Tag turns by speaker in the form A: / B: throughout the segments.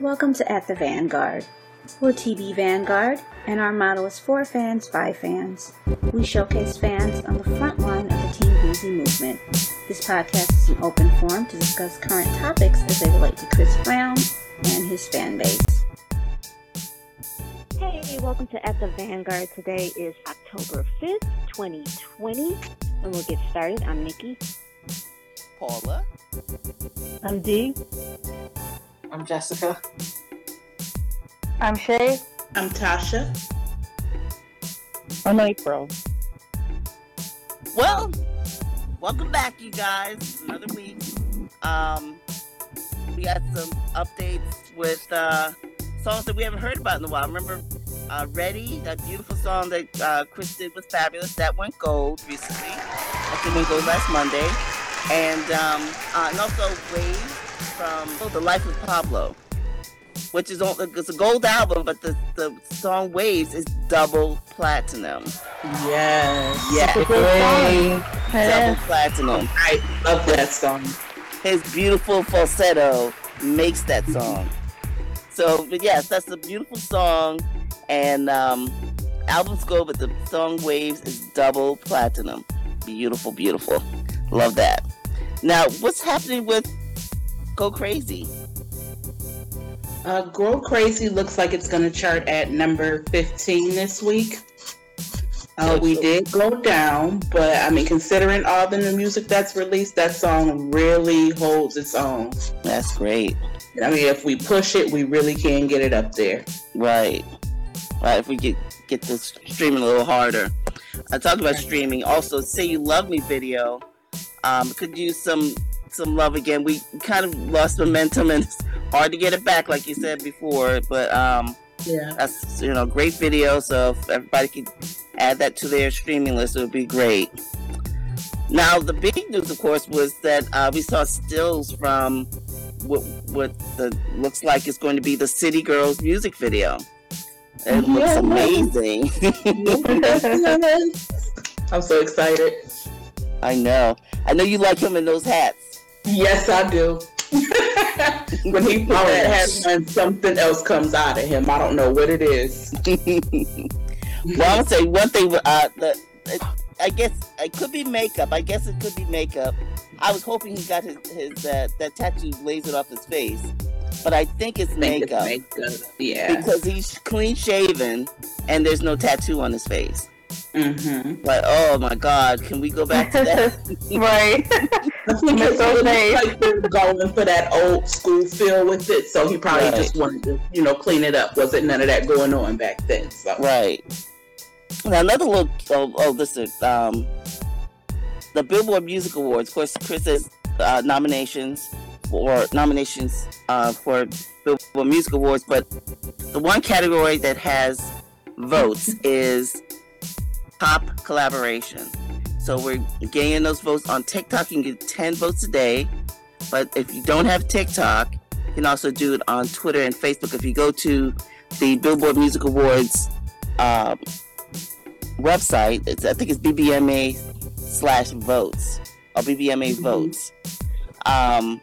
A: Welcome to At the Vanguard. We're TB Vanguard, and our motto is for fans by fans. We showcase fans on the front line of the Team Boozy movement. This podcast is an open forum to discuss current topics as they relate to Chris Brown and his fan base.
B: Hey, welcome to At the Vanguard. Today is October 5th, 2020, and we'll get started. I'm Nikki.
C: Paula.
D: I'm D.
E: I'm Jessica.
F: I'm Shay.
G: I'm Tasha.
D: I'm April.
C: Well, welcome back, you guys. Another week. Um, we got some updates with uh, songs that we haven't heard about in a while. Remember, uh, "Ready," that beautiful song that uh, Chris did was fabulous. That went gold recently. I think it went gold last Monday. And um, uh, and also "Wave" from oh, "The Life of Pablo." which is on it's a gold album, but the, the song Waves is double platinum.
E: Yes.
C: Yes.
E: Yay.
C: Double platinum.
E: I love that song.
C: His beautiful falsetto makes that song. So but yes, that's a beautiful song and um album's gold, but the song Waves is double platinum. Beautiful, beautiful. Love that. Now what's happening with Go Crazy?
E: Uh, Grow Crazy looks like it's going to chart at number 15 this week. Uh, we did go down, but I mean, considering all the new music that's released, that song really holds its own.
C: That's great.
E: I mean, if we push it, we really can get it up there.
C: Right. Right, if we get get this streaming a little harder. I talked about streaming. Also, "Say You Love Me" video um, could use some some love again. We kind of lost momentum, and it's hard to get it back, like you said before. But um,
E: Yeah.
C: that's you know great video. So if everybody could add that to their streaming list, it would be great. Now the big news, of course, was that uh, we saw stills from what what the looks like is going to be the City Girls music video. It looks
E: Yeah.
C: amazing.
E: I'm so excited.
C: I know. I know you like him in those hats.
E: Yes, I do. when he puts that hat on, something else comes out of him. I don't know what it is.
C: Well, I'm gonna say one thing. Uh, the, it, I guess it could be makeup. I guess it could be makeup. I was hoping he got his, his uh, that tattoo lasered off his face, but I think it's
E: Think it's
C: makeup
E: Makeup. Yeah.
C: because he's clean shaven and there's no tattoo on his face.
E: Mm-hmm.
C: But oh my God, can we go back to that?
F: Right.
E: I think
F: Miss
E: it's really
F: O'Shea.
E: like they're going for that old school feel with it, so he probably
C: Right.
E: just wanted to, you know, clean it up. Wasn't none of that going on back then. So
C: right. Now another little. Oh, oh listen. Um, the Billboard Music Awards. Of course, Chris's uh, nominations or nominations uh, for Billboard Music Awards, but the one category that has votes is pop collaboration. So we're getting those votes on TikTok. You can get ten votes a day, but if you don't have TikTok, you can also do it on Twitter and Facebook. If you go to the Billboard Music Awards um, website. It's, I think it's BBMA slash votes or BBMA
E: Mhm.
C: votes. Um,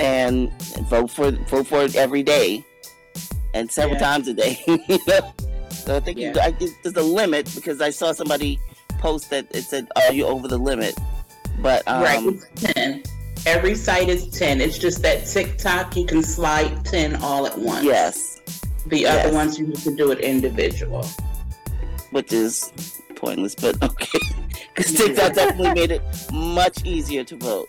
C: and vote for vote for it every day and several
E: Yeah.
C: times a day. you know? so I think you,
E: Yeah.
C: I, think there's a limit because I saw somebody post that it said, "Are you over the limit?" But um,
E: right, it's ten. Every site is ten. It's just that TikTok you can slide ten all at once.
C: yes,
E: The
C: yes.
E: other ones you need to do it individual.
C: which is pointless, but okay, because
E: Yeah.
C: TikTok definitely made it much easier to vote.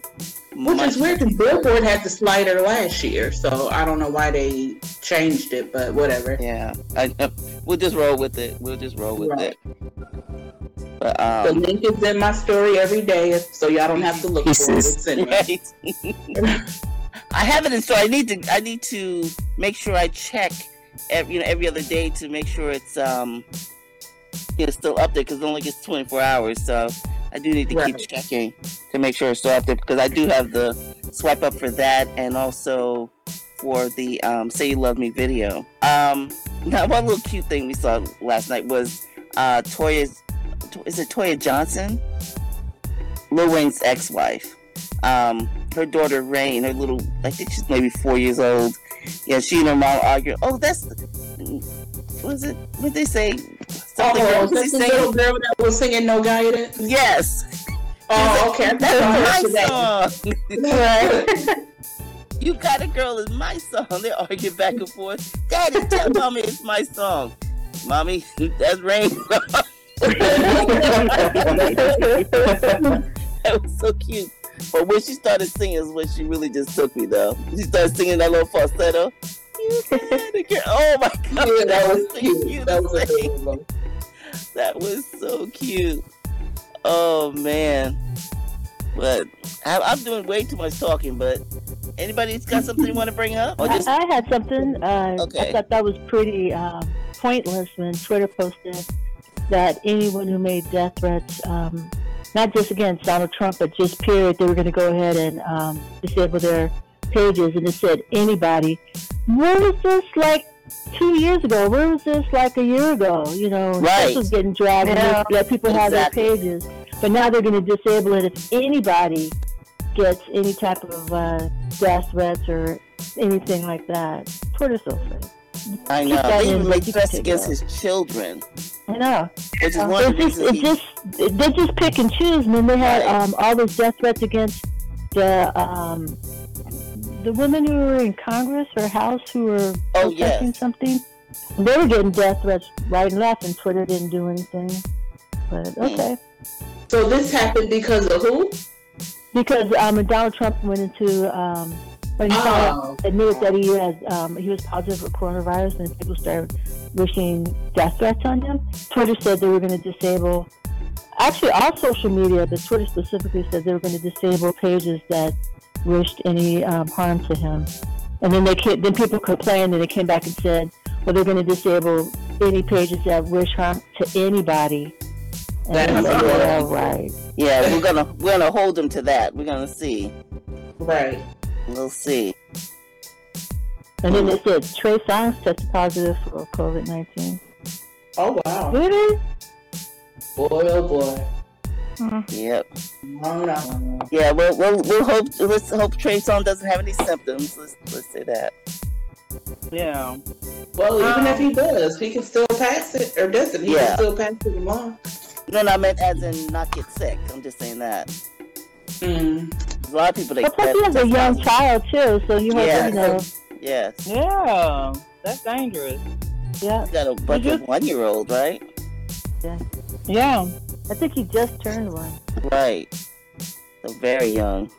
E: Which
C: Much
E: is weird because Billboard had the slider last year, so I don't know why they changed it, but whatever.
C: Yeah, I know. We'll just roll with it. We'll just roll with
E: Right.
C: it. But
E: The
C: um,
E: link is in my story every day, so y'all don't have to look for it. It's in there.
C: right. I have it, and so I need to. I need to make sure I check, every, you know, every other day to make sure it's um, you know, still up there because it only gets twenty four hours. So I do need to keep
E: Right.
C: checking to make sure it's still up there because I do have the swipe up for that and also for the um, "Say You Love Me" video. Um, now one little cute thing we saw last night was uh, Toya's. Is it Toya Johnson? Lil Wayne's ex-wife. um, her daughter Rain, her little, I think she's maybe four years old. Yeah, she and her mom arguing. Oh, that's was it? What they say? Something
E: Oh,
C: else.
E: that's
C: She
E: the
C: say-
E: little girl that was singing No Guidance.
C: Yes,
E: Oh, okay. I
C: that's
E: saw her today.
C: my song. you got a girl is my song. They argue back and forth. Daddy, tell mommy it's my song. Mommy, that's Rain. that was so cute. But when she started singing is when she really just took me though. She started singing that little falsetto. You got a girl. Oh my god,
E: Yeah, that was
C: the
E: cute.
C: cutest
E: That was
C: thing.
E: adorable.
C: That was so cute. Oh man. But I, I'm doing way too much talking. But anybody's got something you want to bring up? Or
D: I,
C: just
D: I had something. Uh,
C: Okay.
D: I thought that was pretty uh, pointless when Twitter posted that anyone who made death threats, um, not just against Donald Trump, but just period, they were going to go ahead and um, disable their pages. And it said anybody. Where was this like two years ago? Where was this like a year ago? You know,
C: Right.
D: this was getting dragged. and
F: Yeah.
D: Let, let people have
C: Exactly.
D: their pages. But now they're going to disable it if anybody gets any type of uh, death threats or anything like that. Twitter's so funny.
C: I know
D: that
C: they
D: in,
C: even
D: like,
C: like
D: you
C: threats
D: can take
C: against
D: it
C: his children,
D: I know.
C: which is one of the
D: It's just,
C: reasons
D: it's
C: he,
D: just, they just pick and choose. And then they had
C: Right.
D: um, all those death threats against the um, the women who were in Congress or House who were
C: Oh, yes.
D: protesting something. They were getting death threats right and left, and Twitter didn't do anything.
C: Hmm.
D: But okay.
E: So this happened because of who?
D: Because um, when Donald Trump went into um, when he found out-
E: Oh,
D: admitted that he had um, he was positive for coronavirus, and people started wishing death threats on him. Twitter said they were going to disable. Actually, all social media, but Twitter specifically said they were going to disable pages that wished any um, harm to him. And then they came, then people complained, and they came back and said, "Well, they're going to disable any pages that wish harm to anybody." And
E: That
D: I
E: is
D: said,
E: correct.
D: "Yeah, right.
C: yeah, we're gonna we're gonna hold them to that. We're gonna see.
E: Oh, right.
C: We'll see.
D: And then they said Trey Songz tested positive for COVID nineteen.
E: Oh wow.
D: Really?
E: Boy, oh boy.
C: Yep.
E: No, no, no.
C: Yeah. Well, we'll we'll hope let's hope Trey Song doesn't have any symptoms. Let's let's say that.
E: Yeah. Well, even if he does, he can still pass it or doesn't. He
C: Yeah.
E: can still pass it along.
C: No, no, I meant as in not get sick. I'm just saying that.
E: Mm.
C: There's a lot of people that.
D: Well, plus he
C: that
D: has a
C: test
D: young
C: positive.
D: child too, so you hope
C: Yeah.
D: you know.
C: Yes.
G: Yeah, that's dangerous.
D: Yeah,
C: You got a bunch of one year old, right?
G: Yeah,
D: I think he just turned one.
C: Right. So very young.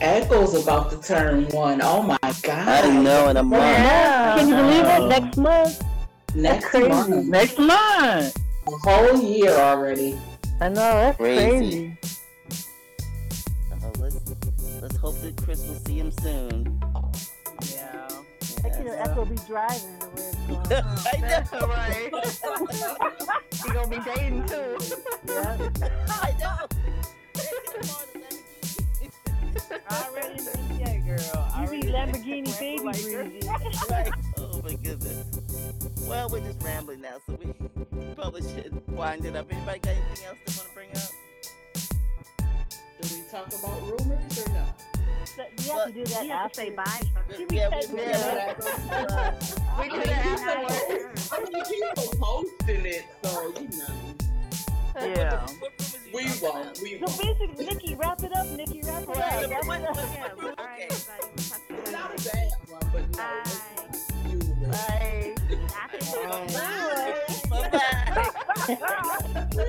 E: Echo's about to turn one. Oh my god.
C: I didn't know in a month.
G: Uh-huh.
F: Yeah.
D: Can you believe
E: Oh.
D: it? Next month.
E: Next
F: Crazy.
E: month,
G: next line.
E: a whole year already.
F: I know that's
C: Crazy.
F: crazy.
C: So Uh-huh, let's let's hope that Chris will see him soon.
G: Yeah.
C: Yes.
F: Echo be driving the way it's going.
C: I
F: That's
C: know.
F: right. He gonna be dating too.
C: I know. Come on, Lamborghini.
G: Already, yeah, girl.
D: You
G: Already
D: be Lamborghini baby
G: Like,
D: breezy.
C: Right. Oh my goodness. Well, we're just rambling now, so we probably should wind it up. Anybody got anything else they want to bring up?
E: Do we talk about rumors or no?
D: You have to do that
B: You have to say
D: after.
B: bye.
C: Yeah, we, yeah.
F: We
E: I mean,
F: did
E: you
F: that
E: know,
F: afterwards.
E: I mean, people posting it, so you know.
G: yeah.
C: What rumors are you
E: Um, We
C: talking about?
E: won't. We won't.
D: basically, Nikki, wrap it up. Nikki, wrap it
C: Right.
B: Yeah, well, all right, everybody. We'll talk to you later.
E: Not a bad one, but no. let's not You.
F: Bye.
B: I think we're gonna-
C: Bye-bye.
D: Um,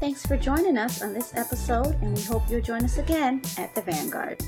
A: Thanks for joining us on this episode, and we hope you'll join us again at the Vanguard.